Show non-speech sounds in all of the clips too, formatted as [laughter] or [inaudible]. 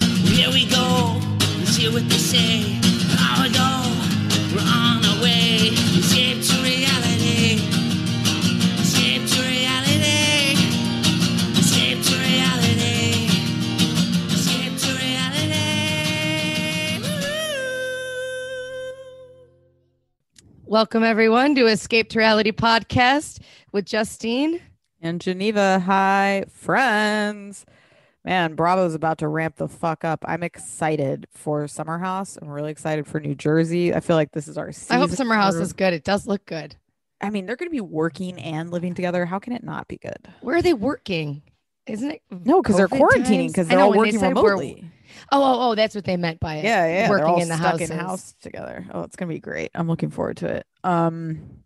Here we go, let's hear what they say. An hour ago, we're on our way. Escape to reality. Escape to reality. Escape to reality. Escape to reality. Welcome, everyone, to Escape to Reality podcast with Justine. And Geneva, hi, friends. Man, Bravo's about to ramp the fuck up. I'm excited for Summer House. I'm really excited for New Jersey. I feel like this is our season. I hope Summer House for- is good. It does look good. I mean, they're going to be working and living together. How can it not be good? Where are they working? Isn't it? No, because they're COVID quarantining times? because I they're know, all when they working said we're- remotely. Oh, oh, oh, that's what they meant by it. Yeah, yeah. Working they're all in the stuck houses. in house together. Oh, it's going to be great. I'm looking forward to it. Um,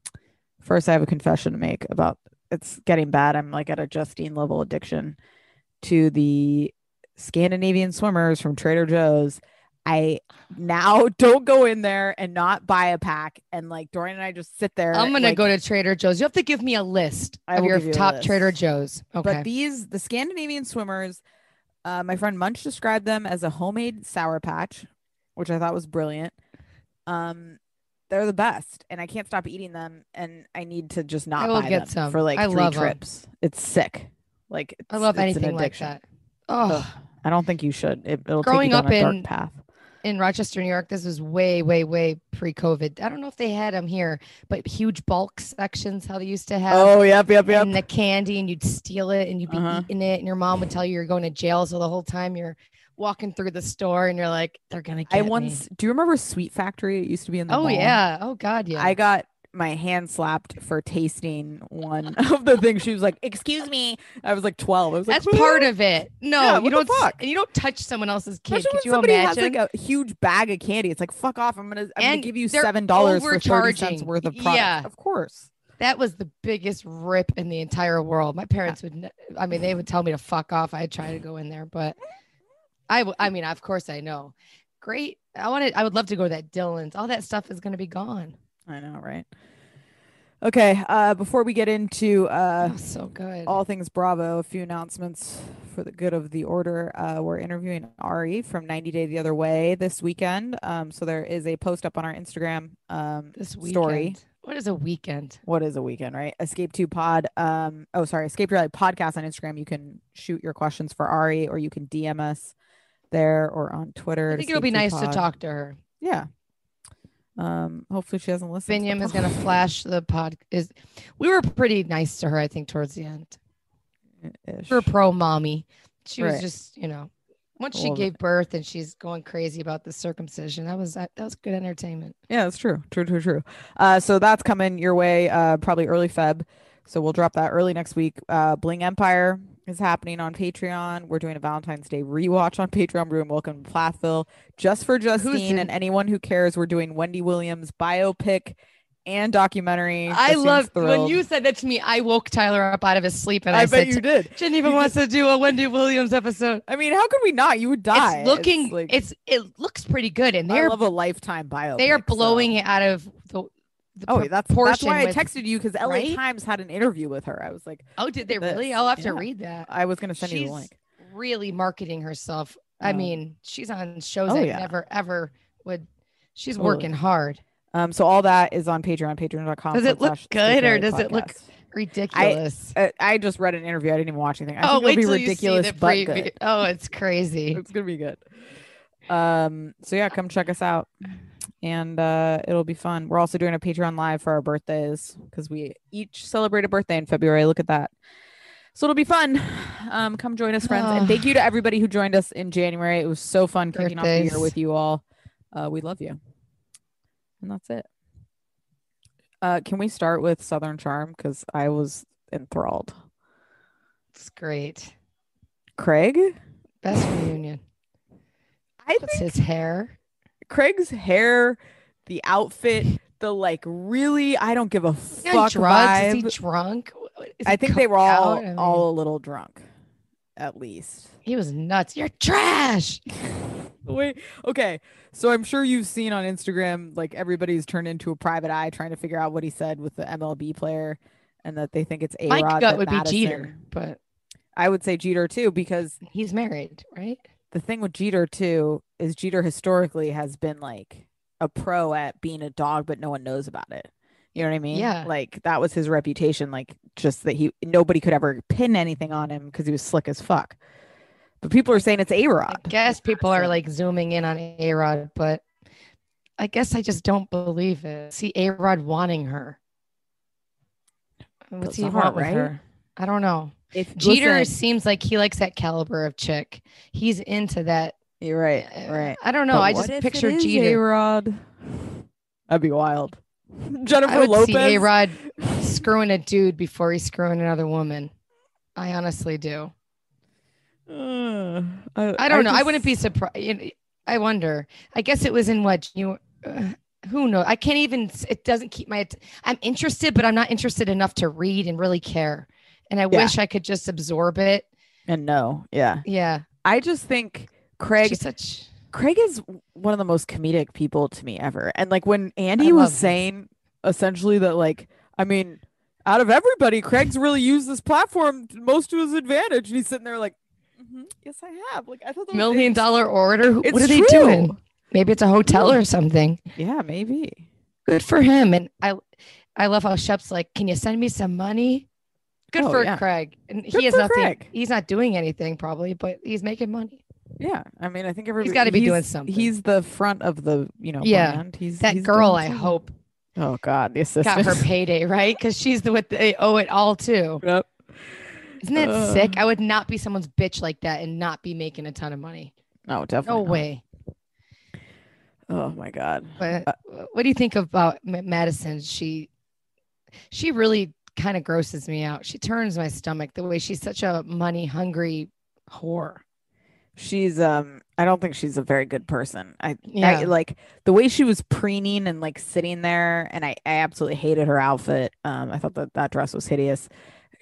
First, I have a confession to make about it's getting bad. I'm like at a Justine level addiction to the Scandinavian swimmers from Trader Joe's. I now [laughs] don't go in there and not buy a pack. And like Dorian and I just sit there. I'm gonna like- go to Trader Joe's. You have to give me a list I of will your give you a top list. Trader Joe's. Okay. But these, the Scandinavian swimmers, uh, my friend Munch described them as a homemade sour patch, which I thought was brilliant. Um, they're the best, and I can't stop eating them. And I need to just not I will buy get them some. for like I three love 'em. trips. It's sick. Like I it's- love it's an anything like addiction. that. Oh, Ugh. I don't think you should. It, it'll Growing take you down up a dark in- path. in Rochester, New York, this was way, way, way pre-COVID. I don't know if they had them here, but huge bulk sections, how they used to have. Oh, yep, yep, yep. and the candy and you'd steal it and you'd be Uh-huh. eating it and your mom would tell you you're going to jail so the whole time you're walking through the store and you're like they're gonna get I me." once. Do you remember Sweet Factory? It used to be in the. oh mall? yeah oh god yeah I got my hand slapped for tasting one [laughs] of the things. She was like, "Excuse me." I was like 12. I was like, that's part of it no Yeah, you what the don't s- fuck? and you don't touch someone else's kid Especially could when you somebody imagine has like a huge bag of candy. It's like, "Fuck off! I'm gonna, I'm And gonna give you they're seven dollars for thirty cents overcharging. worth of product." Yeah. of course. that was the biggest rip in the entire world my parents would n- i mean they would tell me to fuck off i'd try to go in there but i w- i mean of course i know great i wanted i would love to go to that dylan's all that stuff is gonna be gone I know, right? Okay. Uh, before we get into uh, oh, so good all things Bravo, a few announcements for the good of the order. Uh, we're interviewing Ari from 90 Day the Other Way this weekend. Um, so there is a post up on our Instagram. Um, this weekend. story. What is a weekend? what is a weekend, right? Escape to pod. Um, oh, sorry, Escape Reality podcast on Instagram. You can shoot your questions for Ari, or you can DM us there or on Twitter. I at think it'll be Escape nice to Pod. talk to her. Yeah. Um, hopefully she doesn't listen. to the Binyam is going to pod. flash the pod. Is we were pretty nice to her, I think, towards the end. Ish. We were pro mommy. She was Right. just, you know, once A she little gave birth and she's going crazy about the circumcision. That was that, that was good entertainment. Yeah, that's true. True, true, true. Uh, so that's coming your way, uh, probably early Feb. So we'll drop that early next week. Uh, Bling Empire is happening on Patreon. We're doing a Valentine's Day rewatch on Patreon. We're doing Welcome to Plathville just for Justine in- and anyone who cares. We're doing Wendy Williams biopic and documentary. I Justine's love when thrilled. you said that to me. I woke Tyler up out of his sleep and I, I bet said, you did. Geneva wants to do a Wendy Williams episode. I mean, how could we not? You would die. It's looking, it's, like, it looks pretty good, and I they're love a lifetime biopic. they are so- blowing it out of the. the Oh, that's that's proportion why I with- texted you because LA right? Times had an interview with her. I was like, Oh, did they this. really? I'll have Yeah. Uh, to read that. I was gonna send you She's the link. Really marketing herself. I Um, mean, she's on shows oh, I yeah. never ever would. She's Totally. working hard. Um, so all that is on Patreon, patreon.com. Does it forward look slash good or Speakeasy does it look- Podcast. Ridiculous. I, I just read an interview. I didn't even watch anything. I oh, think wait it'll till be ridiculous, you see the but preview. good. Oh, it's crazy. [laughs] It's gonna be good. Um, so yeah, come check us out, and uh, it'll be fun. We're also doing a Patreon live for our birthdays because we each celebrate a birthday in February. Look at that. So it'll be fun. Um, come join us, friends, Ah. and thank you to everybody who joined us in January. It was so fun kicking off the year Birthdays. with you all. Uh, we love you, and that's it. Uh, can we start with Southern Charm? Because I was enthralled. It's great. Craig, Best reunion. I What's think his hair? Craig's hair, the outfit, the like really I don't give a Yeah, fuck drugs? Is he vibe. drunk? Is he I think they were coked all out? I mean, all a little drunk, at least. [laughs] He was nuts. You're trash. Wait, okay. So I'm sure you've seen on Instagram, like everybody's turned into a private eye trying to figure out what he said with the MLB player, and that they think it's a My Rod. gut would be Jeter, but I would say Jeter too, because he's married, right? the thing with Jeter too is Jeter historically has been like a pro at being a dog, but no one knows about it. You know what I mean? Yeah. Like that was his reputation, like just that he nobody could ever pin anything on him because he was slick as fuck. But people are saying it's A I Rod. guess people are Awesome. like zooming in on A Rod, but I guess I just don't believe it. See A Rod wanting her. What's That's he not want with right. her? I don't know. If Jeter listen, seems like he likes that caliber of chick. He's into that. you're right, right. I don't know. I just picture Jeter. Rod. That'd be wild. [laughs] Jennifer I would Lopez. see A Rod screwing a dude before he's screwing another woman. I honestly do. Uh, I don't know. I wouldn't just- be surprised. I wonder. I guess it was in what you. Uh, who knows? I can't even. s- It doesn't keep my. att- I'm interested, but I'm not interested enough to read and really care. And I Yeah. wish I could just absorb it. And no, yeah. Yeah, I just think Craig. she's such. Craig is one of the most comedic people to me ever. And like when Andy I was love him. saying essentially that, like, I mean, out of everybody, Craig's really used this platform most to his advantage. And he's sitting there like, "Mhm, yes, I have. Like, I thought that was Mm-hmm. Million it- dollar order. Who- it's What are they true. doing? Maybe it's a hotel or something. Yeah, maybe. Good for him. And I, I love how Shep's like, "Can you send me some money?" Good Oh, for yeah. Craig. And Good he has for nothing. Craig. He's not doing anything probably, but he's making money. Yeah, I mean, I think everybody gotta be doing he's- something. He's the front of the, you know, Yeah. brand. He's That he's girl, doing I something. hope, Oh God, the assistant. got [laughs] her [laughs] payday, right? Because she's the what they owe it all to. Yep. Isn't that Ugh. sick? I would not be someone's bitch like that and not be making a ton of money. No, definitely. No not. way. Oh my God. But Uh, what do you think about Ma- Madison? She, she really kind of grosses me out. She turns my stomach the way she's such a money hungry whore. She's um. I don't think she's a very good person. I, Yeah. I like the way she was preening and like sitting there, and I, I absolutely hated her outfit. Um, I thought that that dress was hideous.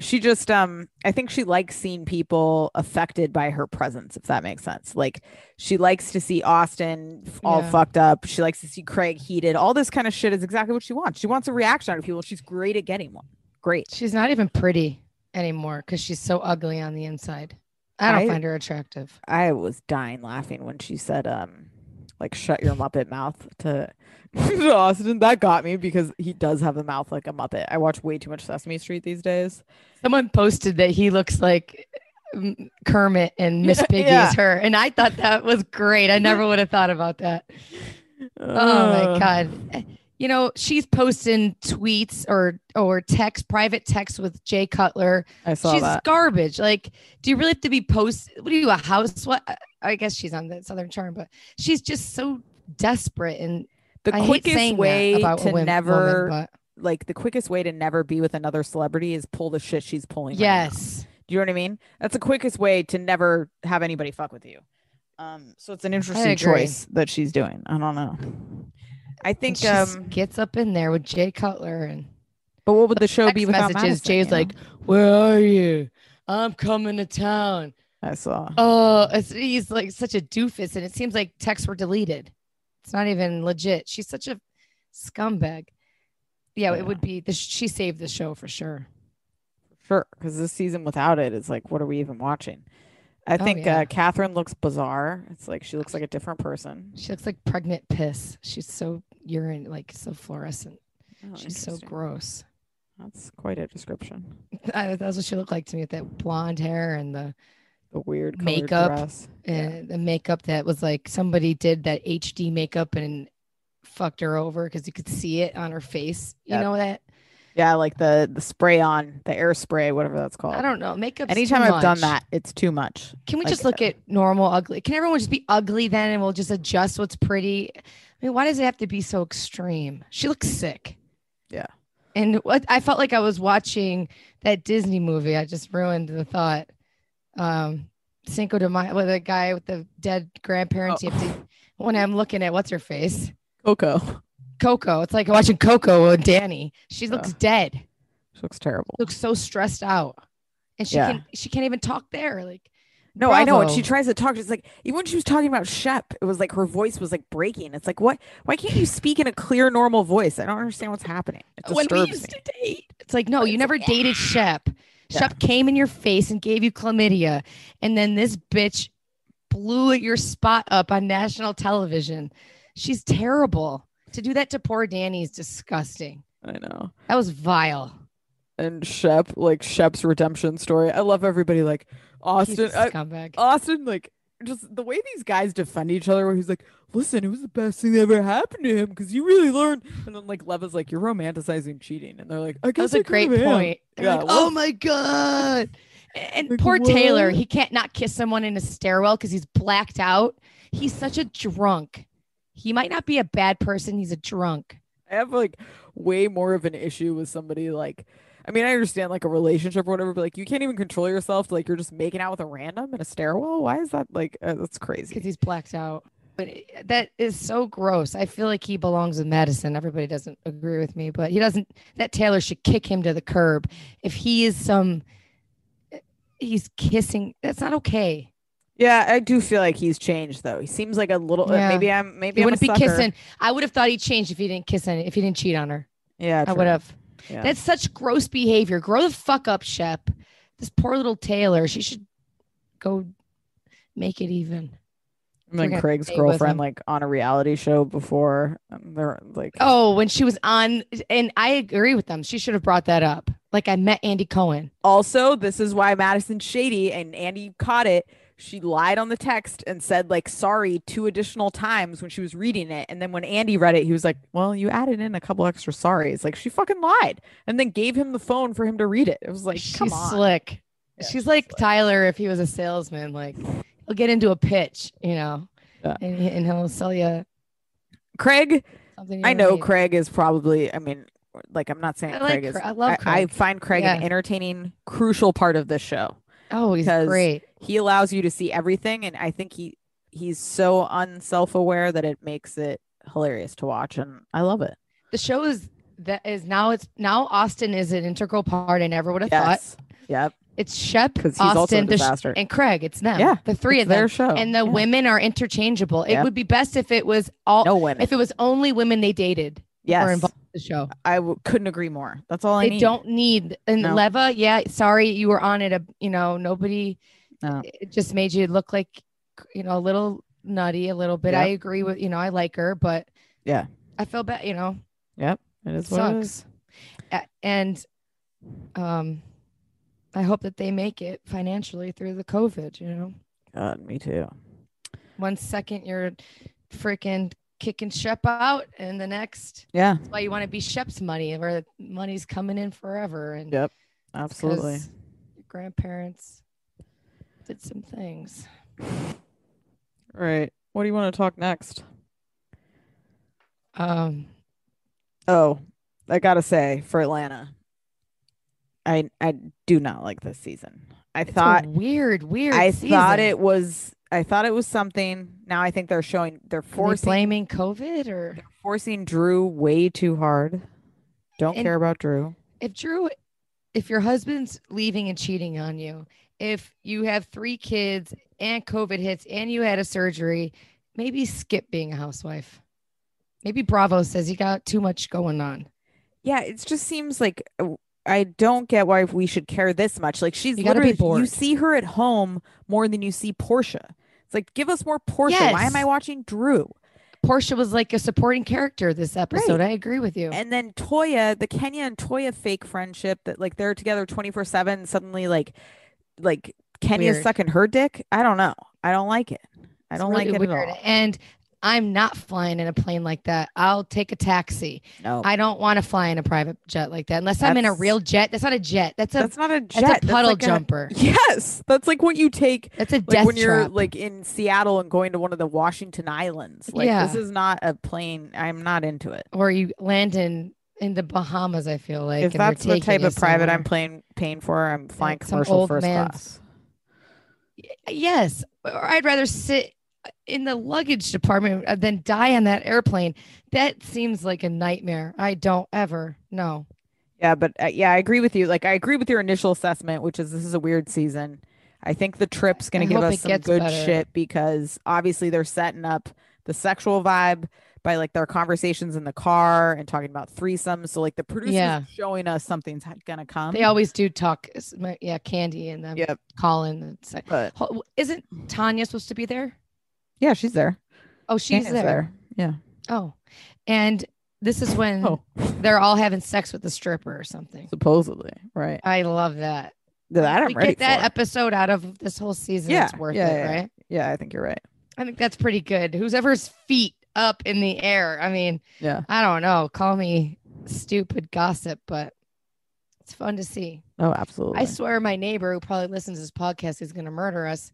She just um. I think she likes seeing people affected by her presence, if that makes sense. Like she likes to see Austin f- all Yeah. fucked up. She likes to see Craig heated. All this kind of shit is exactly what she wants. She wants a reaction out of people. She's great at getting one. Great. She's not even pretty anymore because she's so ugly on the inside. I don't I- find her attractive. I was dying laughing when she said, um, like shut your Muppet mouth to, [laughs] to Austin. That got me because he does have a mouth like a Muppet. I watch way too much Sesame Street these days. Someone posted that he looks like mm, Kermit and Miss Yeah, Piggy yeah. is her, and I thought that was great. I never would have thought about that. Oh my Ugh. god! Eh, You know she's posting tweets or or text, private texts with Jay Cutler. I saw she's that. garbage. Like, do you really have to be post? What are you a house? What? I guess she's on the Southern Charm, but she's just so desperate and The I hate saying that quickest way about a to wom- woman, never, Oh but- like, the quickest way to never be with another celebrity is pull the shit she's pulling. right now. yes. Do you know what I mean? That's the quickest way to never have anybody fuck with you. Um, so it's an interesting agree. choice that she's doing. I don't know. I And think she s- um, gets up in there with Jay Cutler and But what would the show be text without messages. Madison, Jay's you know? like, "Where are you? I'm coming to town." I saw. Oh, it's, he's like such a doofus, and it seems like texts were deleted. It's not even legit. She's such a scumbag. Yeah, Yeah. it would be. The, she saved the show for sure. Sure, because this season without it, it's like, what are we even watching? I think Oh, yeah. uh, Catherine looks bizarre. It's like she looks like a different person. She looks like pregnant piss. She's so urine, like so fluorescent. Oh, She's so interesting. gross. [laughs] That's quite a description. I, that's what she looked like to me with that blonde hair and the The weird colored Makeup. dress. Yeah. and the makeup that was like somebody did that HD makeup and fucked her over because you could see it on her face. You Yep. know that? Yeah, like the the spray on the air spray, whatever that's called. I don't know. Makeup. Oh. Anytime I've done that, it's too much. can we like, just look at normal ugly? Can everyone just be ugly then, and we'll just adjust what's pretty? I mean, why does it have to be so extreme? She looks sick. Yeah. And what I felt like I was watching that Disney movie. I just ruined the thought. Um, Cinco de Mayo, well, the guy with the dead grandparents. You have to, Oh. when I'm looking at what's her face, Coco. [laughs] Coco. It's like watching Coco with Danny. She looks Ugh. dead. She looks terrible. Looks so stressed out, and she Yeah. can she can't even talk there. Like No, I know. And she Bravo. tries to talk. She's like, even when she was talking about Shep, it was like her voice was like breaking. It's like, what? Why can't you speak in a clear, normal voice? I don't understand what's happening. It when disturbs we used me. to date, it's like no, But you it's never like, dated Shep. Yeah. Shep came in your face and gave you chlamydia, and then this bitch blew your spot up on national television. She's terrible. To do that to poor Danny is disgusting. I know. That was vile. And Shep, like Shep's redemption story. I love everybody. Like He's a Austin, I- scumbag. Austin, like just the way these guys defend each other, where he's like, "Listen, it was the best thing that ever happened to him because you really learned." And then like Leva's like, "You're romanticizing cheating," and they're like, "I that guess was a I kind great of am." point. They're Yeah, like, what- oh my god. And Like, poor Taylor, what? he can't not kiss someone in a stairwell because he's blacked out. He's such a drunk. He might not be a bad person. He's a drunk. I have like way more of an issue with somebody like I mean, I understand like a relationship or whatever, but like you can't even control yourself. Like you're just making out with a random in a stairwell. Why is that like uh, that's because crazy? he's blacked out. But it- that is so gross. I feel like he belongs with Madison. Everybody doesn't agree with me, but he doesn't. That Taylor should kick him to the curb. If he is some, eh, he's kissing. That's not okay. Yeah, I do feel like he's changed though. He seems like a little. Yeah. Uh, maybe I'm. Maybe He I'm wouldn't be a sucker. kissing. I would have thought he changed if he didn't kiss any. If he didn't cheat on her, Yeah, I true. would have. Yeah. That's such gross behavior. Grow the fuck up, Shep. This poor little Taylor. She should go make it even. And then forget Craig's to stay with him. girlfriend, like on a reality show before, um, they're like, Oh, when she was on, and I agree with them. She should have brought that up. Like I met Andy Cohen. Also, this is why Madison's shady and Andy caught it. She lied on the text and said like sorry two additional times when she was reading it. And then when Andy read it, he was like, Well, you added in a couple extra sorries. Like she fucking lied and then gave him the phone for him to read it. It was like, she's come on. slick. Yeah, she's like Tyler if he was a salesman. Like he'll get into a pitch, you know, Yeah. and, he- and he'll sell you Craig, something. you I don't know need. Craig is probably, I mean, like I'm not saying I Craig like. is Cra- I love I, I Craig. find Craig an Yeah. entertaining, crucial part of this show. oh, he's 'cause- great. he allows you to see everything and i think he he's so unself-aware that it makes it hilarious to watch and i love it The show is that is now it's now Austin is an integral part. I never would have thought yes yep it's Shep, because he's also a Austin, the sh- disaster and Craig. It's them. Yeah, the three It's of them. their show And the Yeah. women are interchangeable. It Yep. would be best if it was all no women if it was only women they dated were yes involved in the show. i w- couldn't agree more that's all i they need don't need and No. Leva, yeah, sorry you were on it. A, you know, nobody No. it just made you look like you know, a little nutty a little bit. I agree with you know, I like her, but Yeah. I feel bad, you know, yep it is what it is sucks. A- And um I hope that they make it financially through the COVID, you know. god me too One second you're freaking kicking Shep out and the next yeah that's why you want to be Shep's money where money's coming in forever and yep absolutely 'cause Your grandparents did some things. right what do you want to talk next Um, oh i gotta say for atlanta i i do not like this season i it's a thought weird, weird. I thought season. it was. I thought it was something. Now I think they're showing they're Are they forcing blaming COVID or forcing Drew way too hard. Don't And- care about Drew. if Drew, if your husband's leaving and cheating on you, if you have three kids and COVID hits and you had a surgery, maybe skip being a housewife. Maybe Bravo says you got too much going on. Yeah, it just seems like uh, I don't get why we should care this much. Like she's You gotta be literally you bored. see her at home more than you see Portia. It's like give us more Portia. Why am I Yes. watching Drew? Portia was like a supporting character this episode. I agree with you. And then Toya, the Kenya and Toya fake friendship that like they're together 24/7 suddenly like like Kenya's Weird. sucking her dick. I don't know. I don't like it. I It's don't really like it weird. at all. And I'm not flying in a plane like that. I'll take a taxi. No. I don't want to fly in a private jet like that unless I'm in a Oh. That's- real jet. That's not a jet. That's a that's not a that's, jet. a puddle like [laughs] jumper. yes, that's like what you take that's a like death when you're trap. like in Seattle and going to one of the Washington Islands. Like this Yeah. is not a plane. I'm not into it. or you land in in the Bahamas. I feel like if and they're that's the taking type you of private somewhere. I'm playing paying for, I'm flying Some commercial old first man's- class. Y- Yes, or I'd rather sit in the luggage department uh, than die on that airplane. That seems like a nightmare. I don't ever no. Yeah, but uh, yeah, I agree with you. Like, I agree with your initial assessment, which is this is a weird season. I think the trip's going I to give hope us it some gets good better. shit because obviously they're setting up the sexual vibe by like their conversations in the car and talking about threesomes. So like the producers Yeah. showing us something's going to come. They always do talk. s- my- Yeah, Candy and them. Um, Yep. Colin. And so- But Ho- Isn't Tanya supposed to be there? yeah, she's there. Oh, she's Tana's there. Yeah. Oh, and this is when Oh, they're all having sex with the stripper or something. supposedly, right? I love that. That I'm we ready get that for. episode out of this whole season. it's Yeah, worth yeah, it, yeah. right? yeah, I think you're right. I think that's pretty good. Whoever's feet up in the air. I mean, Yeah. I don't know. Call me stupid gossip, but it's fun to see. Oh, absolutely. I swear my neighbor who probably listens to this podcast is going to murder us.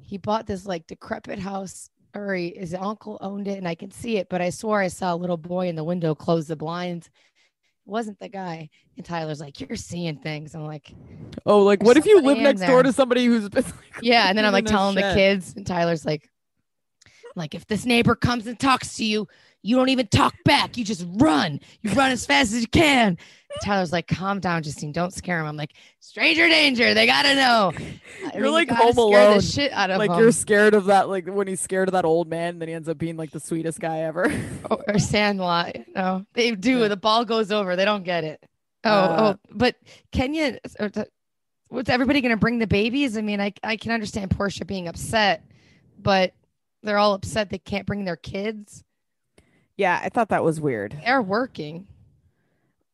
He bought this like decrepit house or he, his uncle owned it and I can see it, but I swore I saw a little boy in the window close the blinds. It wasn't the guy. And Tyler's like, You're seeing things. I'm like, oh, like there's what if you somebody live in next door there. to somebody who's been [laughs] like, Yeah. And then I'm like living in telling the shit? kids, and Tyler's like, like if this neighbor comes and talks to you, you don't even talk back. You just run. You run as fast as you can. Tyler's like, calm down, Justine. Don't scare him. I'm like, stranger danger. They gotta know. I You're mean, like gotta Home scare Alone. The shit out of like him. you're scared of that like when he's scared of that old man then he ends up being like the sweetest guy ever [laughs] or, or Sandlot. You know, they do. Yeah. The ball goes over. They don't get it. Oh, Uh, oh, but Kenya, or the- what's everybody going to bring the babies? I mean, I I can understand Portia being upset, but they're all upset they can't bring their kids. yeah i thought that was weird They're working.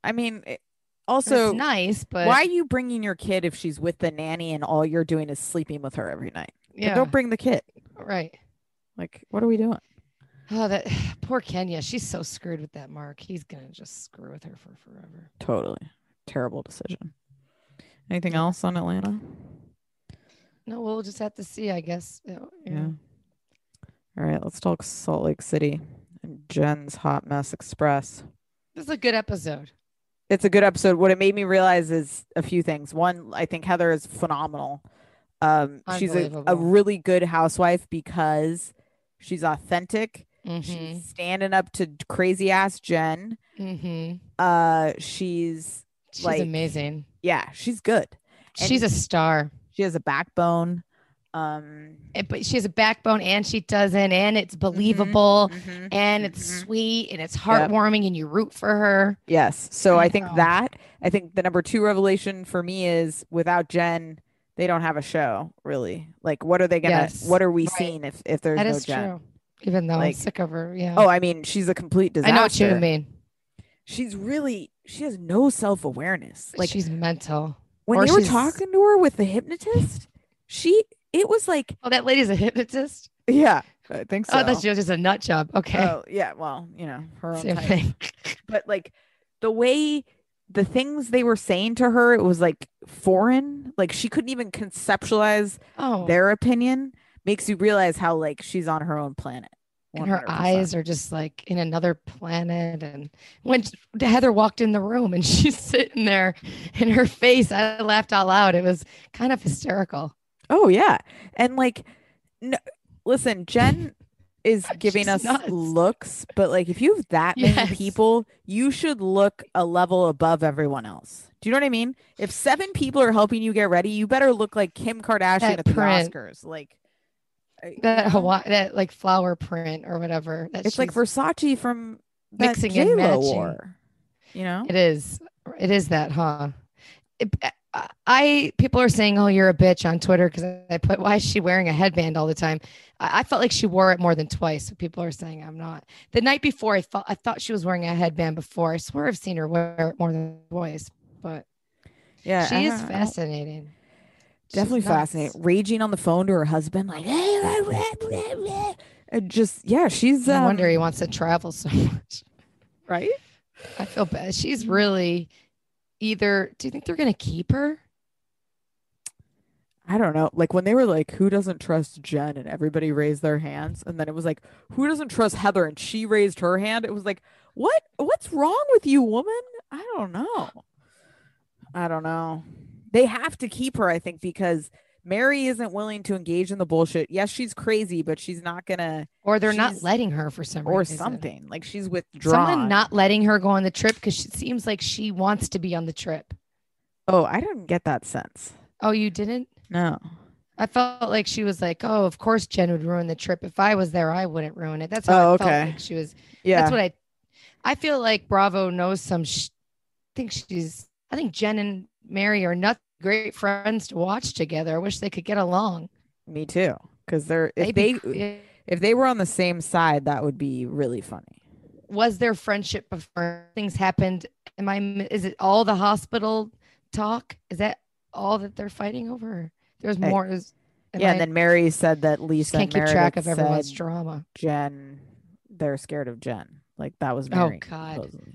i mean it- So also it's nice, but why are you bringing your kid if she's with the nanny and all you're doing is sleeping with her every night Like, Yeah, don't bring the kid right. like what are we doing Oh, that [sighs] poor Kenya. She's so screwed with that mark. He's gonna just screw with her for forever. totally terrible decision anything else on atlanta No, we'll just have to see. I guess. you know, you yeah know. all right let's talk salt lake city and jen's hot mess express This is a good episode. it's a good episode. What it made me realize is a few things. One, I think Heather is phenomenal. Um, she's a, a Unbelievable. really good housewife because she's authentic. Mm-hmm. She's standing up to crazy ass Jen. Mm-hmm. Uh, she's She's like- amazing. yeah, she's good. And She's a star, she has a backbone. Um, Eh, but she has a backbone and she doesn't, and it's believable mhm. and it's Mhm. sweet and it's Mm-hmm. Yep. heartwarming and you root for her. Yes. So I think Wow. that I think the number two revelation for me is without Jen, they don't have a show really. Like, what are they gonna? Yes. What are we Right. seeing if if there's That no is Jen? true. Even though I'm Like- sick of her, yeah. Oh, I mean, she's a complete I disaster. know what you mean. She's really she has no self awareness. Like Like she's mental. when or they were she's- talking to her with the hypnotist, she it was like Oh, that lady's a hypnotist. yeah, I think so. Oh, that's just a nut job. Okay, [laughs] Oh, yeah, well, you know her own same type. thing. [laughs] but like the way the things they were saying to her, it was like foreign. Like she couldn't even conceptualize Oh, their opinion. Makes you realize how like she's on her own planet. and her 100%. eyes are just like in another planet. And when Heather walked in the room and [laughs] she's sitting there in her face, I laughed out loud. It was kind of hysterical. Oh yeah, and like, no, listen, Jen [laughs] is giving She's us nuts. looks, but like, if you have that many Yes. people, you should look a level above everyone else. Do you know what I mean? If seven people are helping you get ready, you better look like Kim Kardashian That at the print. Oscars. Like uh, you that know? Hawaii, that like flower print or whatever. That It's like she's- Versace from that mixing and J-Lo matching. wore, You know? it is, it is that, huh? It- I- I people are saying, "Oh, you're a bitch" on Twitter because I put, "Why is she wearing a headband all the time?" I, I felt like she wore it more than twice. So people are saying I'm not. The night before, I thought I thought she was wearing a headband before. I swear I've seen her wear it more than twice, but Yeah, I she is don't- I don't- fascinating. She's definitely nuts. fascinating. Raging on the phone to her husband, like, and just yeah, she's No um, wonder he wants to travel so much. right. I feel bad. She's really either. Do you think they're gonna keep her? I don't know. Like when they were like, "Who doesn't trust Jen?" and everybody raised their hands, and then it was like, "Who doesn't trust Heather?" and she raised her hand. It was like, "What? What's wrong with you, woman?" I don't know. I don't know. They have to keep her, I think, because Mary isn't willing to engage in the bullshit. Yes, she's crazy, but she's not gonna or they're not She's- letting her for some or reason. something. Like she's withdrawn. Someone not letting her go on the trip because it seems like she wants to be on the trip. Oh, I didn't get that sense. Oh, you didn't? No. I felt like she was like, "Oh, of course Jen would ruin the trip. If I was there, I wouldn't ruin it." That's how Oh, I felt okay. like she was. Yeah. That's what I. I feel like Bravo knows some. Sh- I think she's. I think Jen and Mary are not great friends to watch together. I wish they could get along. Me too. Because they're if They'd they be- if they were on the same side, that would be really funny. was their friendship before things happened. Am I? m- Is it all the hospital talk? Is that all that they're fighting over? There's Hey. more. Is, am yeah, I- and then Mary said that just Lisa can't and keep Meredith track of everyone's said drama. Jen. They're scared of Jen. Like that was Oh Mary. God. supposedly.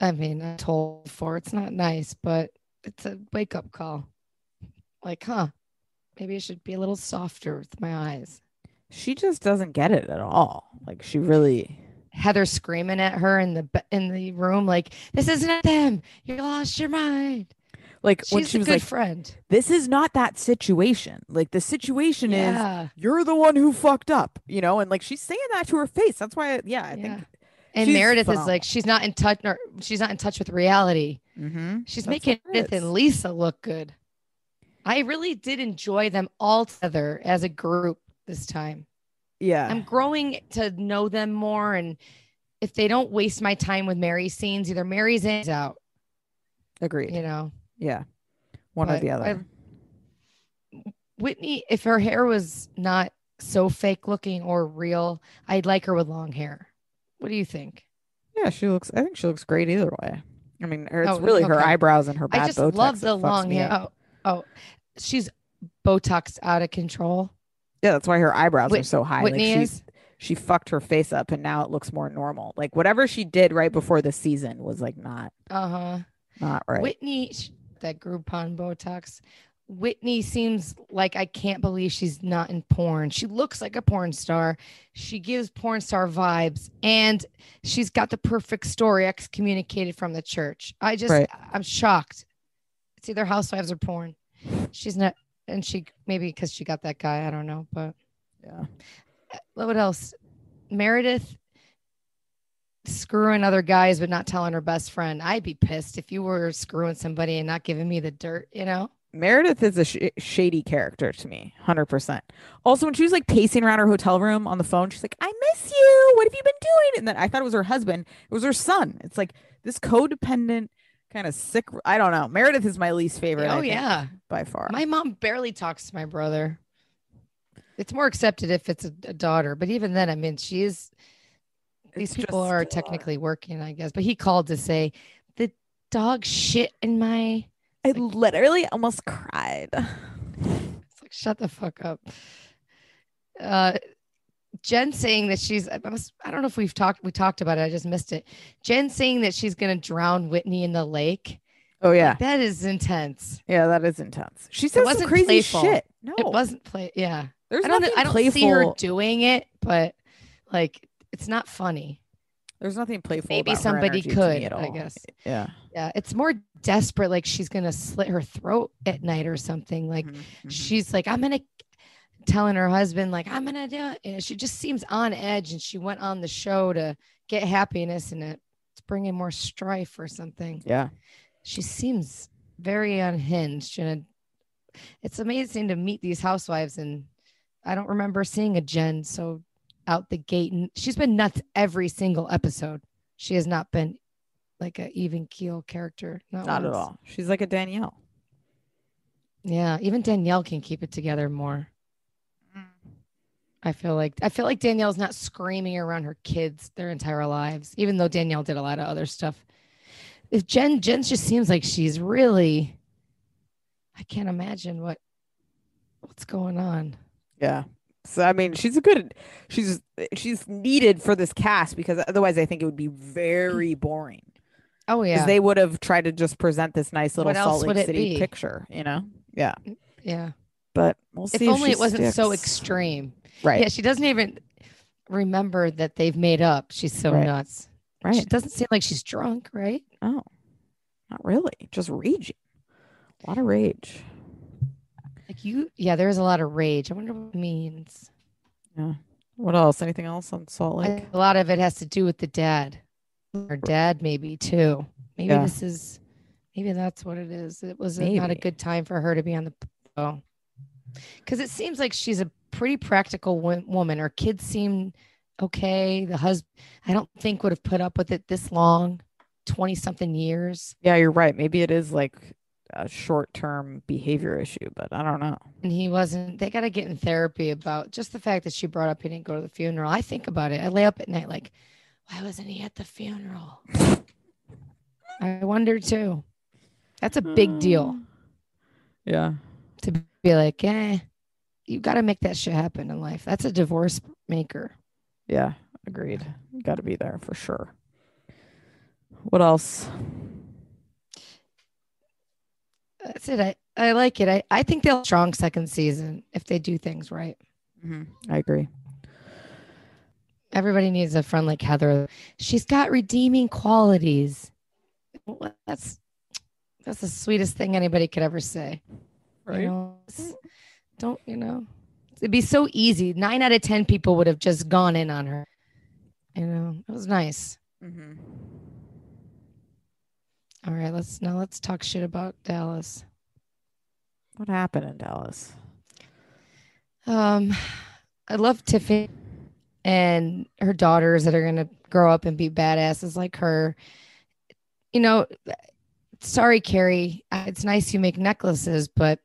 I mean, I'm told for it's not nice, but it's a wake up call. Like, huh? Maybe I should be a little softer with my eyes. She just doesn't get it at all. Like she really. Heather screaming at her in the be- in the room, like, "This isn't them. You lost your mind." Like when She's she a was good like, friend. "This is not that situation. Like the situation is Yeah, you're the one who fucked up, you know, and like she's saying that to her face. That's why, yeah, Yeah. I think. and she's Meredith is phenomenal. like, she's not in touch, or she's not in touch with reality. Mm-hmm. She's That's making what it Meredith is. and Lisa look good. I really did enjoy them all together as a group this time. Yeah, I'm growing to know them more. And if they don't waste my time with Mary scenes, either Mary's in is out, agreed. you know. yeah, one or But the I- other. Whitney, if her hair was not so fake looking or real, I'd like her with long hair. What do you think? yeah, she looks. I think she looks great either way. I mean, her, it's Oh, really her okay. eyebrows and her bad I just Botox love that the fucks long me hair. up. Oh, oh, she's Botox out of control. Yeah, that's why her eyebrows are Whit- so high. Whitney like she, is. she fucked her face up, and now it looks more normal. Like whatever she did right before the season was like not Uh huh. not right. Whitney, sh- that Groupon Botox. Whitney seems like I can't believe she's not in porn. She looks like a porn star. She gives porn star vibes, and she's got the perfect story excommunicated from the church. I just, Right. I'm shocked. It's either Housewives or porn. She's not, and she maybe because she got that guy. I don't know, but yeah. uh, what else? Meredith screwing other guys but not telling her best friend. I'd be pissed if you were screwing somebody and not giving me the dirt, you know? Meredith is a sh- shady character to me, 100%. Also, when she was like pacing around her hotel room on the phone, she's like, I miss you. What have you been doing? And then I thought it was her husband, it was her son. It's like this codependent, kind of sick. I don't know. Meredith is my least favorite. I oh think, yeah. By far. My mom barely talks to my brother. It's more accepted if it's a, a daughter, but even then, I mean, she is. These It's people just, are uh, technically working, I guess. But he called to say the dog shit in my. I literally almost cried. [laughs] It's like shut the fuck up. Uh, Jen saying that she's I must I don't know if we've talked we talked about it I just missed it. Jen saying that she's gonna drown Whitney in the lake. Oh, yeah. That is intense. Yeah, that is intense. She says some wasn't crazy playful. shit. No, It wasn't play. Yeah, There's I don't know, nothing I don't playful. see her doing it, but like it's not funny. There's nothing playful. Maybe about her somebody energy to me could, at I all. guess. Yeah. Yeah, it's more desperate. Like she's gonna slit her throat at night or something. Like Mhm, mhm. she's like i'm gonna telling her husband like i'm gonna do it and she just seems on edge and she went on the show to get happiness and it- it's bringing more strife or something Mm-hmm. yeah. she seems very unhinged and it- it's amazing to meet these housewives and i don't remember seeing a jen so out the gate and she's been nuts every single episode she has not been like an even keel character not, Not at once. all. She's like a Danielle. yeah even danielle can keep it together more Mm. I feel like I feel like Danielle's not screaming around her kids their entire lives, even though Danielle did a lot of other stuff. If Jen Jen just seems like she's really I can't imagine what what's going on. Yeah. So I mean, she's a good. She's she's needed for this cast because otherwise, I think it would be very boring. Oh Because yeah. they would have tried to just present this nice little What else Salt would Lake it City be? picture, you know? Yeah. yeah. But we'll If see. only she it wasn't so sticks. extreme. Right. Yeah, she doesn't even remember that they've made up. She's so Right. nuts. She right. doesn't seem like she's drunk, right? Oh, not really. Just raging. A lot of rage. Like you, yeah, there is a lot of rage. I wonder what it means. What else? Anything else on Salt I Lake? think a lot of it has to do with the dad or dad, maybe too. Maybe Yeah. this is, maybe that's what it is. It was a- not a Maybe. good time for her to be on the show because it seems like she's a pretty practical wo- woman. Her kids seem okay. The husband, I don't think would have put up with it this long, 20 something years. yeah, you're right. Maybe it is like a short term behavior issue, but I don't know. And he wasn't, they got to get in therapy about just the fact that she brought up he didn't go to the funeral. I think about it. I lay up at night like, why wasn't he at the funeral? I wonder too. That's a big deal Hmm. Yeah. to be like, eh, you got to make that shit happen in life. That's a divorce maker. Yeah. Agreed. Got to be there for sure. What else? That's it. I, I like it. I, I think they'll strong second season if they do things right. Mm-hmm. I agree. Everybody needs a friend like Heather. She's got redeeming qualities. Well, That's that's the sweetest thing anybody could ever say. you know? It's- don't you know? It'd be so easy. Nine out of ten people would have just gone in on her. You know, it was nice. Mm-hmm. All right, let's now let's talk shit about Dallas. What happened in Dallas? Um, I love Tiffany and her daughters that are gonna grow up and be badasses like her. You know, sorry, Carrie. uh, It's nice you make necklaces, but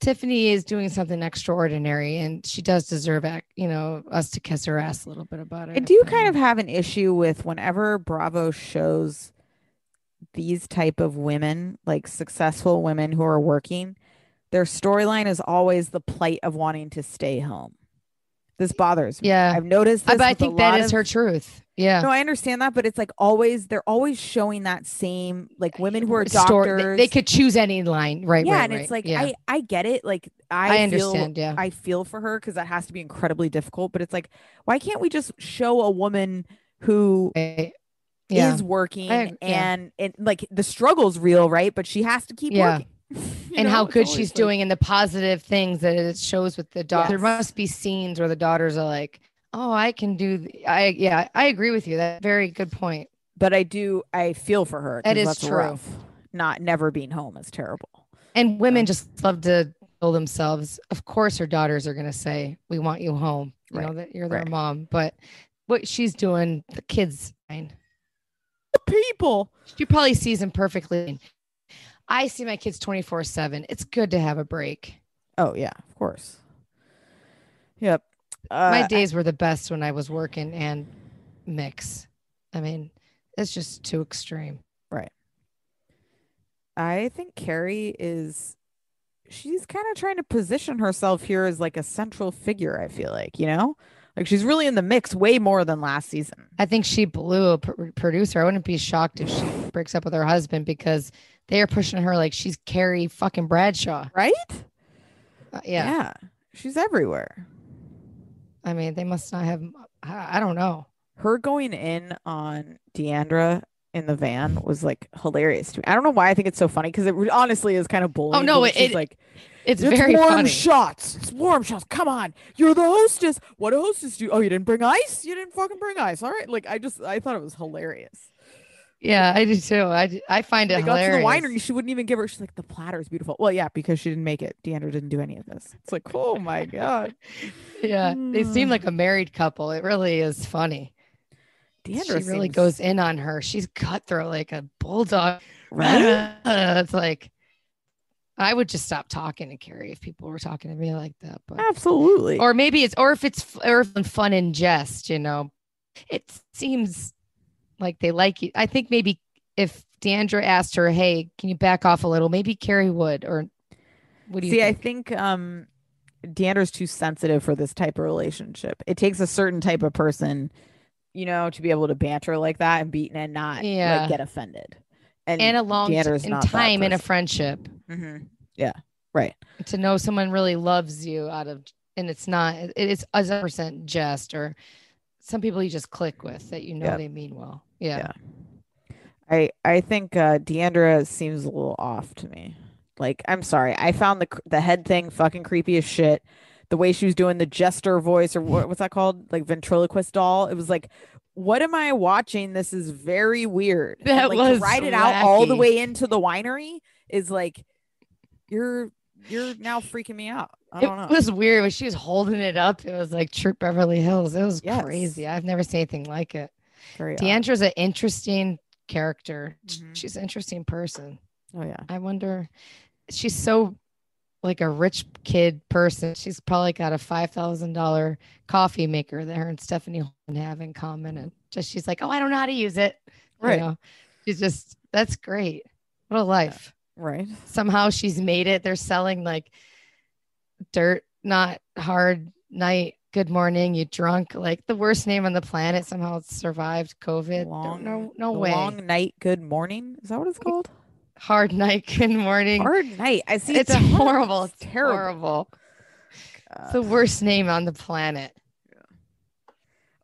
Tiffany is doing something extraordinary, and she does deserve, ac- you know, us to kiss her ass a little bit about it. I do kind of have an issue with whenever Bravo shows these type of women, like successful women who are working, their storyline is always the plight of wanting to stay home. This bothers me. yeah. I've noticed I, this. but I with a think that lot is of- her truth. Yeah. No, I understand that, but it's like always they're always showing that same like women who are Story- doctors. they- they, could choose any line, right? yeah, right, and right. it's like yeah. I I get it. Like I, I, feel- understand. yeah. I feel for her because that has to be incredibly difficult. But it's like, why can't we just show a woman who I, yeah. is working I- yeah. and and like the struggle's real, right? But she has to keep Yeah. working. [laughs] You and know, how it's good always she's like- doing and the positive things that it shows with the daughter. There Yes. must be scenes where the daughters are like, "Oh, I can do." th- I yeah, I agree with you. That very good point. But I do I feel for her. 'cause That is that's true. rough. Not never being home is terrible. And women just love to kill themselves. Of course, her daughters are gonna say, "We want you home." You know Right. that you're their Right. mom, but what she's doing, the kids. Fine. People. She probably sees them perfectly. I see my kids twenty four seven. It's good to have a break. Oh yeah, of course. Yep. my Uh, days were the best when I was working and mix. I mean, it's just too extreme. I think Carrie is she's kind of trying to position herself here as like a central figure, I feel like, you know? Like she's really in the mix way more than last season. I think she blew a pr- producer. I wouldn't be shocked if she breaks up with her husband because they are pushing her like she's Carrie fucking Bradshaw. Right? Uh, yeah. She's everywhere. I mean, they must not have. I I don't know. Her going in on Deandra in the van was like hilarious to me. I don't know why I think it's so funny because it re- honestly is kind of bullying. Oh, no, but it- she's it- like It's, very warm funny. shots. It's warm shots. Come on, you're the hostess. What a hostess do? Oh, you didn't bring ice. You didn't fucking bring ice. All right, like I just I thought it was hilarious. yeah, I do too. I, d- I find it they got hilarious. to the winery, she wouldn't even give her. She's like, the platter is beautiful. Well, yeah, because she didn't make it. Deandra didn't do any of this. It's like, oh my god, yeah, they seem Mm. like a married couple. It really is funny. Deandra [laughs] she really seems- goes in on her. She's cutthroat like a bulldog. [laughs] right. it's like I would just stop talking to Carrie if people were talking to me like that. But Absolutely. or maybe it's or if it's or if it's fun and jest, you know. It seems like they like you. I think maybe if Deandra asked her, "Hey, can you back off a little?" Maybe Carrie would. Or what do you See, think? I think um, Deandra's too sensitive for this type of relationship. It takes a certain type of person, you know, to be able to banter like that and beaten and not like, Yeah. get offended. And, and a long t- Deandra's in not that time in a person. friendship Mhm. yeah, right. to know someone really loves you out of and it's not it- it's a hundred percent jest or some people you just click with that you know Yeah. they mean well. Yeah. I I think uh, Deandra seems a little off to me. Like, I'm sorry. I found the cr- the head thing fucking creepy as shit. The way she was doing the jester voice or what, what's that called? Like ventriloquist doll. It was like, what am I watching? This is very weird. And, [laughs] That like, was to ride it out all the wacky. way into the winery is like, you're you're now freaking me out. I It don't know. was weird when she was holding it up. It was like Troop Beverly Hills. It was Yes. crazy. I've never seen anything like it. Very odd. Deandra's an interesting character. Sh- Mhm. She's an interesting person. Oh yeah. I wonder. She's so like a rich kid person. She's probably got a five thousand dollar coffee maker that her and Stephanie Holman have in common, and just she's like, oh, I don't know how to use it. You Right. know? She's just that's great. What a life. Right. somehow she's made it. They're selling like dirt, not hard night. Good morning, you drunk. Like the worst name on the planet. Somehow it survived COVID. Long- no, no The way. Long night. Good morning. Is that what it's called? hard night. Good morning. Hard night. I [laughs] see. it's a hard- horrible. It's terrible. horrible. God. It's the worst name on the planet.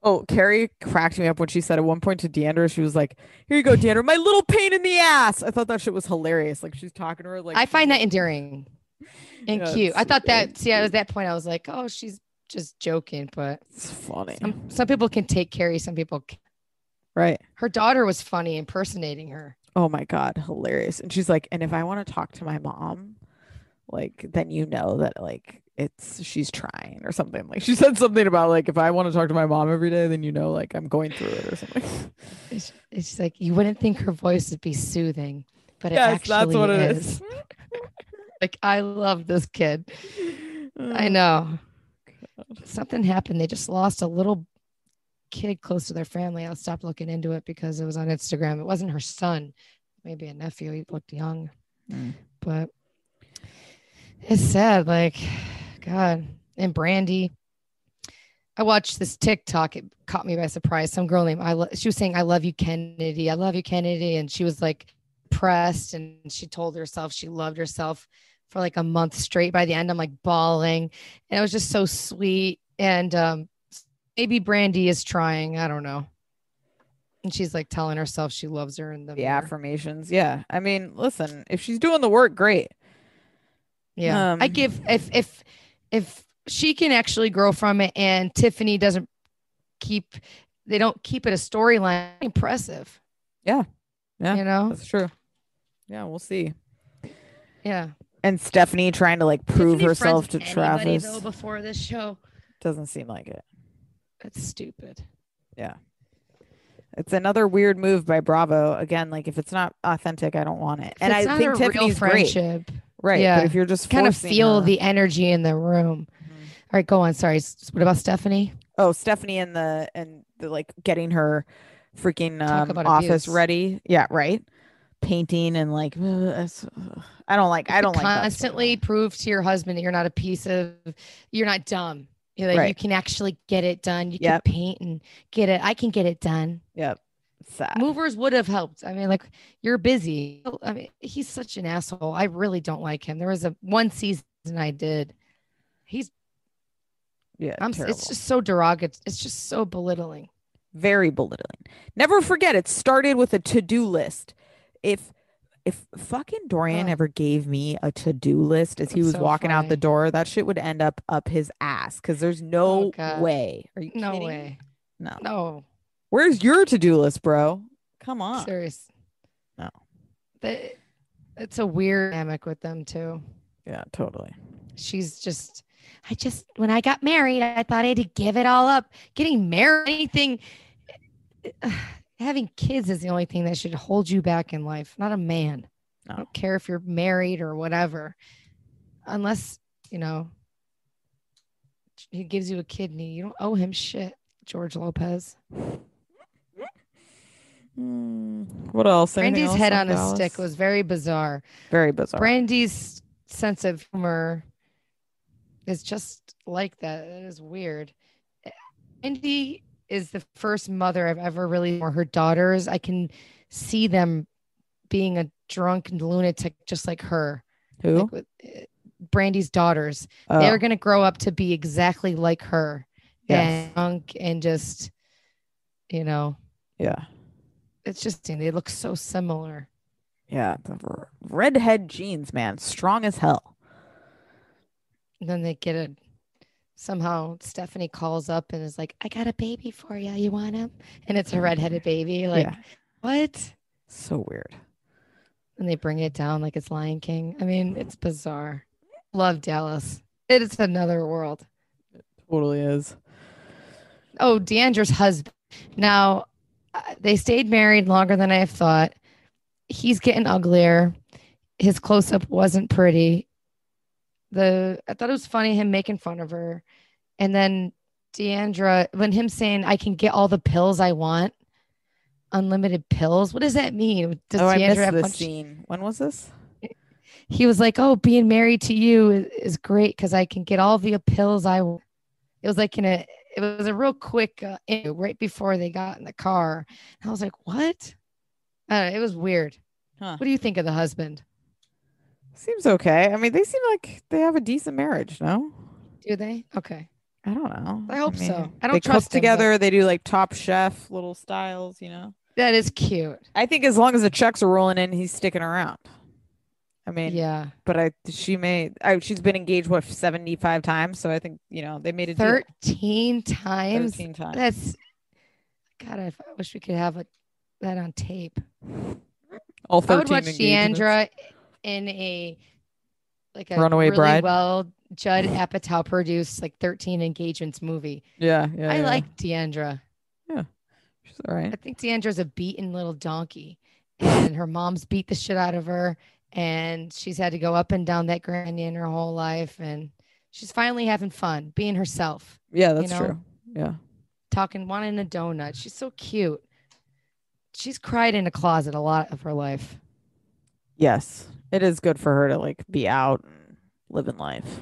Oh, Carrie cracked me up when she said at one point to Deandra, she was like, "Here you go, Deandra, my little pain in the ass." I thought that shit was hilarious. Like she's talking to her, like I find that [laughs] endearing and Yeah, cute. I it's- thought that. it's See, at that point, I was like, oh, she's just joking. But it's funny, some, some people can take Carrie. Some people. Can't. right? Her daughter was funny impersonating her. Oh my god, hilarious! And she's like, "And if I want to talk to my mom, like, then you know that like it's she's trying or something." Like she said something about like if I want to talk to my mom every day, then you know like I'm going through it or something. [laughs] It's, it's like you wouldn't think her voice would be soothing, but it yes, actually that's what it is. is. [laughs] Like I love this kid. [sighs] I Uh, know. Something happened. They just lost a little kid close to their family. I'll stop looking into it because it was on Instagram. It wasn't her son, maybe a nephew. He looked young, Mm. but it's sad. Like, [sighs] God. And Brandy. I watched this TikTok. It caught me by surprise. Some girl named I. Lo- she was saying, "I love you, Kennedy. I love you, Kennedy." And she was like pressed, and she told herself she loved herself for like a month straight. By the end, I'm like bawling, and it was just so sweet. And um, maybe Brandy is trying. I don't know. And she's like telling herself she loves her in the The mirror. affirmations, yeah. I mean, listen, if she's doing the work, great. Yeah. I Um, give if if if she can actually grow from it and Tiffany doesn't keep they don't keep it a storyline impressive. Yeah. Yeah. You know? That's true. Yeah, we'll see. Yeah. And Stephanie trying to like prove Tiffany friends herself to with anybody, Travis though before this show. doesn't seem like it. That's stupid. It's another weird move by Bravo. Again, like if it's not authentic, I don't want it. And It's I not think a real Tiffany's great, friendship. right? Yeah. But if you're just Kind of forcing feel her- the energy in the room. Mhm. All right, go on. Sorry. S- What about Stephanie? oh Stephanie and the and the like getting her freaking Talk um, about office abuse. ready. Yeah, right. Painting and like [sighs] it's- I don't like I don't like that storyline. constantly prove to your husband that you're not a piece of you're not dumb. You're like, you Right. can actually get it done. You Yep. can paint and get it. I can get it done. Yep, sad. Movers would have helped. I mean, like you're busy. I mean, he's such an asshole. I really don't like him. There was a one season I did. He's Yeah, I'm s- terrible. it's just so derogatory. It's just so belittling. very belittling. Never forget it started with a to-do list. If if fucking Dorian Ugh. ever gave me a to-do list as he That's was so walking out the funny. door, that shit would end up up his ass cuz there's no Oh, God. way. Are you No kidding? way. No. No. Where's your to-do list, bro? Come on. Serious. No. They- it's a weird dynamic with them too. Yeah, totally. she's just i just when i got married i thought i had to give it all up getting married anything [sighs] having kids is the only thing that should hold you back in life not a man i No. don't care if you're married or whatever unless you know he gives you a kidney you don't owe him shit george lopez Mm, what else? Anything brandy's else head on a Dallas? stick was very bizarre very bizarre. Brandy's sense of humor is just like that. It is weird. Brandy is the first mother I've ever really, or her daughters. I can see them being a drunk lunatic just like her. Who? Like with, uh, Brandy's daughters. Oh, They're going to grow up to be exactly like her. yes. And drunk and just, you know, Yeah. it's just, they look so similar. Yeah. the- redhead jeans, man, strong as hell. And then they get a somehow Stephanie calls up and is like, I got a baby for you. You want him? And it's a redheaded baby. Like, yeah, what? so weird. And they bring it down like it's Lion King. I mean, it's bizarre. Love Dallas. It is another world. Totally is. Oh, Deandra's husband. Now, uh, they stayed married longer than I have thought. He's getting uglier. His close up wasn't pretty. The I thought it was funny him making fun of her, and then Deandra when him saying I can get all the pills I want, unlimited pills. What does that mean? Does oh, I Deandra missed have this much- scene. When was this? He was like, "Oh, being married to you is, is great because I can get all the pills I." want." It was like in a, it was a real quick uh, interview right before they got in the car. And I was like, "What?" I don't know, it was weird. Huh. What do you think of the husband? Seems okay. I mean, they seem like they have a decent marriage, no? Do they? Okay, I don't know. I hope so. I don't they trust him, cook but- together. They do like Top Chef little styles, you know. that is cute. I think as long as the checks are rolling in, he's sticking around. I mean, Yeah, but I she may I, she's been engaged what seventy five times, so I think you know they made a deal. thirteen times. 13 times. That's God. I I wish we could have a, that on tape. All I thirteen. would watch engagements. Deandra in a like a Runaway really Bride? well Judd Apatow produced like 13 engagements movie. Yeah, yeah. I yeah. like Deandra. She's all right. I think Deandra's a beaten little donkey and her mom's beat the shit out of her and she's had to go up and down that Grand Canyon her whole life and she's finally having fun being herself. Yeah, that's know? true. Yeah. talking, wanting a donut. She's so cute. She's cried in a closet a lot of her life. Yes, it is good for her to like be out and living life.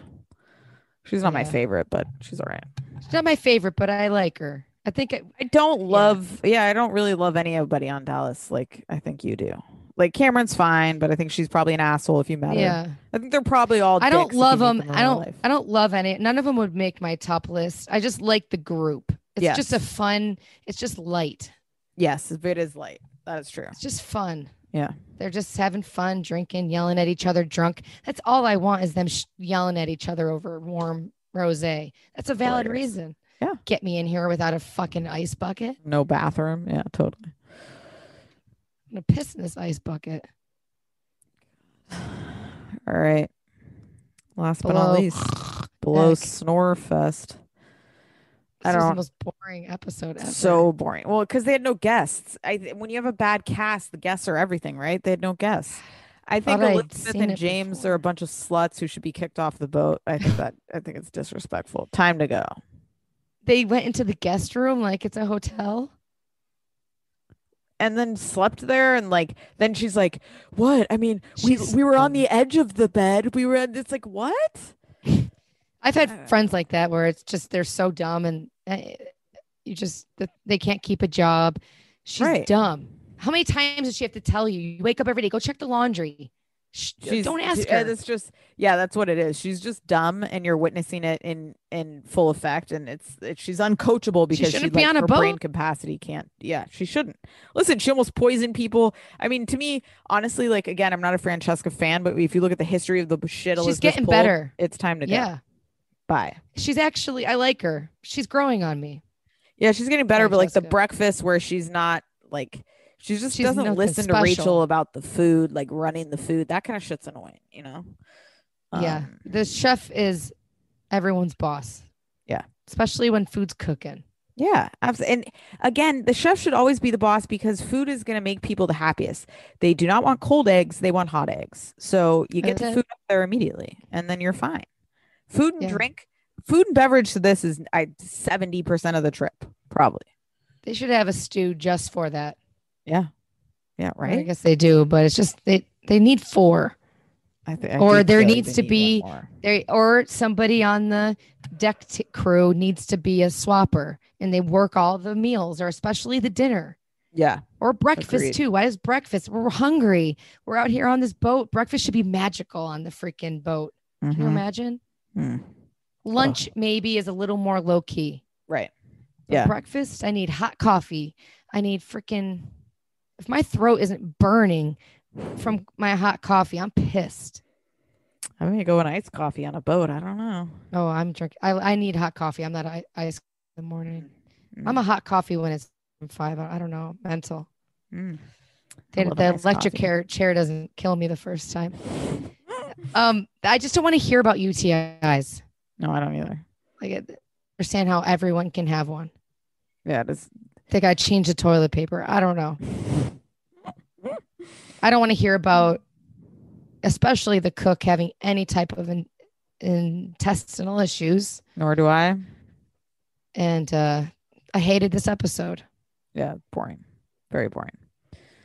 She's not my Yeah. favorite, but she's all right. She's not my favorite, but I like her. I think I, I don't love. Yeah, I don't really love anybody on Dallas like I think you do. Like Cameron's fine, but I think she's probably an asshole if you met her. yeah. I think they're probably all. I don't dicks if you love meet them. in I real don't. life. I don't love any. None of them would make my top list. I just like the group. It's just a Yes. fun. It's just light. Yes, but it is light. That is true. It's just fun. Yeah. They're just having fun, drinking, yelling at each other, drunk. That's all I want is them sh- yelling at each other over warm rosé. That's a valid Hilarious. reason. Yeah. Get me in here without a fucking ice bucket. No bathroom. Yeah, totally. I'm gonna piss in this ice bucket. All right. Last but not Below least, [sighs] below Heck. snore fest. I This was the don't- most boring episode ever. So boring. Well, because they had no guests. I th- when you have a bad cast, the guests are everything, right? They had no guests. I think Thought I'd Elizabeth seen and it James before. are a bunch of sluts who should be kicked off the boat. I think that I think it's disrespectful. Time to go. they went into the guest room like it's a hotel. and then slept there and like then she's like what i mean we She's we were on dumb. the edge of the bed we were at, it's like what I've Uh, had friends like that where it's just they're so dumb and uh, you just th- they can't keep a job. She's Right. dumb. How many times does she have to tell you? You wake up every day, go check the laundry. Sh- she's don't ask she- uh, her. it's just yeah that's what it is she's just dumb and you're witnessing it in in full effect and it's it, she's uncoachable because shouldn't like, be on a her brain boat. capacity can't yeah she shouldn't listen she almost poisoned people i mean to me honestly like again i'm not a francesca fan but if you look at the history of the shit She's Elizabeth getting pulled, better. it's time to go Yeah, bye she's actually I like her. She's growing on me. Yeah, she's getting better, Sorry, but like the Jessica. breakfast where she's not like she just She's doesn't nothing listen to special. Rachel about the food, like running the food. That kind of shit's annoying, you know? yeah, Um, the chef is everyone's boss. Yeah. especially when food's cooking. Yeah, absolutely. And again, the chef should always be the boss because food is going to make people the happiest. They do not want cold eggs, they want hot eggs. So you get the That's it. food up there immediately and then you're fine. Food and Mm-hmm. Yeah. drink, food and beverage to this is I 70% of the trip, probably. They should have a stew just for that. Yeah, I mean, I right. guess they do, but it's just they they need four. I thi- I Or did there feel like needs to they need be- one more. They or somebody on the deck t- crew needs to be a swapper, and they work all the meals, or especially the dinner Yeah. or breakfast Agreed. too. Why is breakfast? We're hungry. We're out here on this boat. Breakfast should be magical on the freaking boat. Can you Mhm. imagine? Mm. Lunch maybe is a little more low key. Right. But Yeah. Breakfast, I need hot coffee. I need freaking. If my throat isn't burning, from my hot coffee. I'm pissed. I'm gonna go on iced coffee on a boat. I don't know. Oh, I'm drinking. I, I need hot coffee. I'm not i- ice in the morning. I'm a hot coffee when it's five. I I don't know. Mental. Mm. I The, love the an iced electric coffee. chair, chair doesn't kill me the first time. Um, I just don't want to hear about UTIs. No, I don't either. Like, I understand how everyone can have one. Yeah, it is. They got to change the toilet paper. I don't know. I don't want to hear about, especially the cook having any type of in, intestinal issues. Nor do I. And uh, I hated this episode. Yeah, boring. Very boring.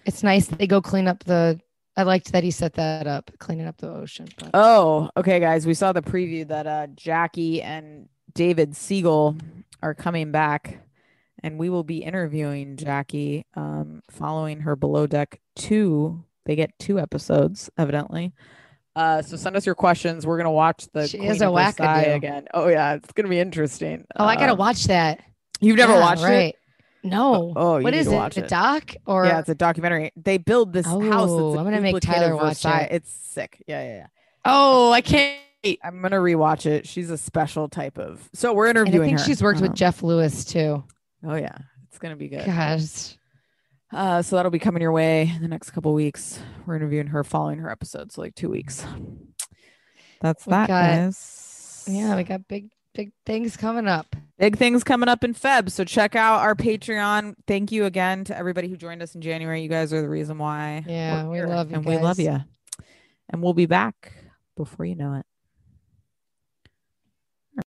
It's nice that they go clean up the. I liked that he set that up, cleaning up the ocean. But Oh, okay, guys. We saw the preview that uh, Jackie and David Siegel are coming back, and we will be interviewing Jackie um, following her Below Deck 2. They get two episodes, evidently. Uh, so send us your questions. We're going to watch the She Queen is a of Versailles wackadoo. again. Oh, yeah. It's going to be interesting. oh, I gotta Um, watch that. You've never Yeah, watched it? right. No. Oh, you what need is to it? watch The it. doc or yeah, it's a documentary. They build this house. That's a Oh, I'm gonna make duplicate of Tyler watch Versailles. it. It's sick. Yeah, yeah, yeah. oh, I can't. I'm gonna rewatch it. She's a special type of. So we're And I interviewing think her. she's worked with Um, Jeff Lewis too. Oh yeah, it's gonna be good. Gosh, Uh, so that'll be coming your way in the next couple weeks. We're interviewing her following her episode, so like two weeks. That's We that, got- guys. yeah, we got big, big things coming up. Big things coming up in Feb. So check out our Patreon. Thank you again to everybody who joined us in January. You guys are the reason why. Yeah, we're we here, love you And we love guys. you. And we'll be back before you know it.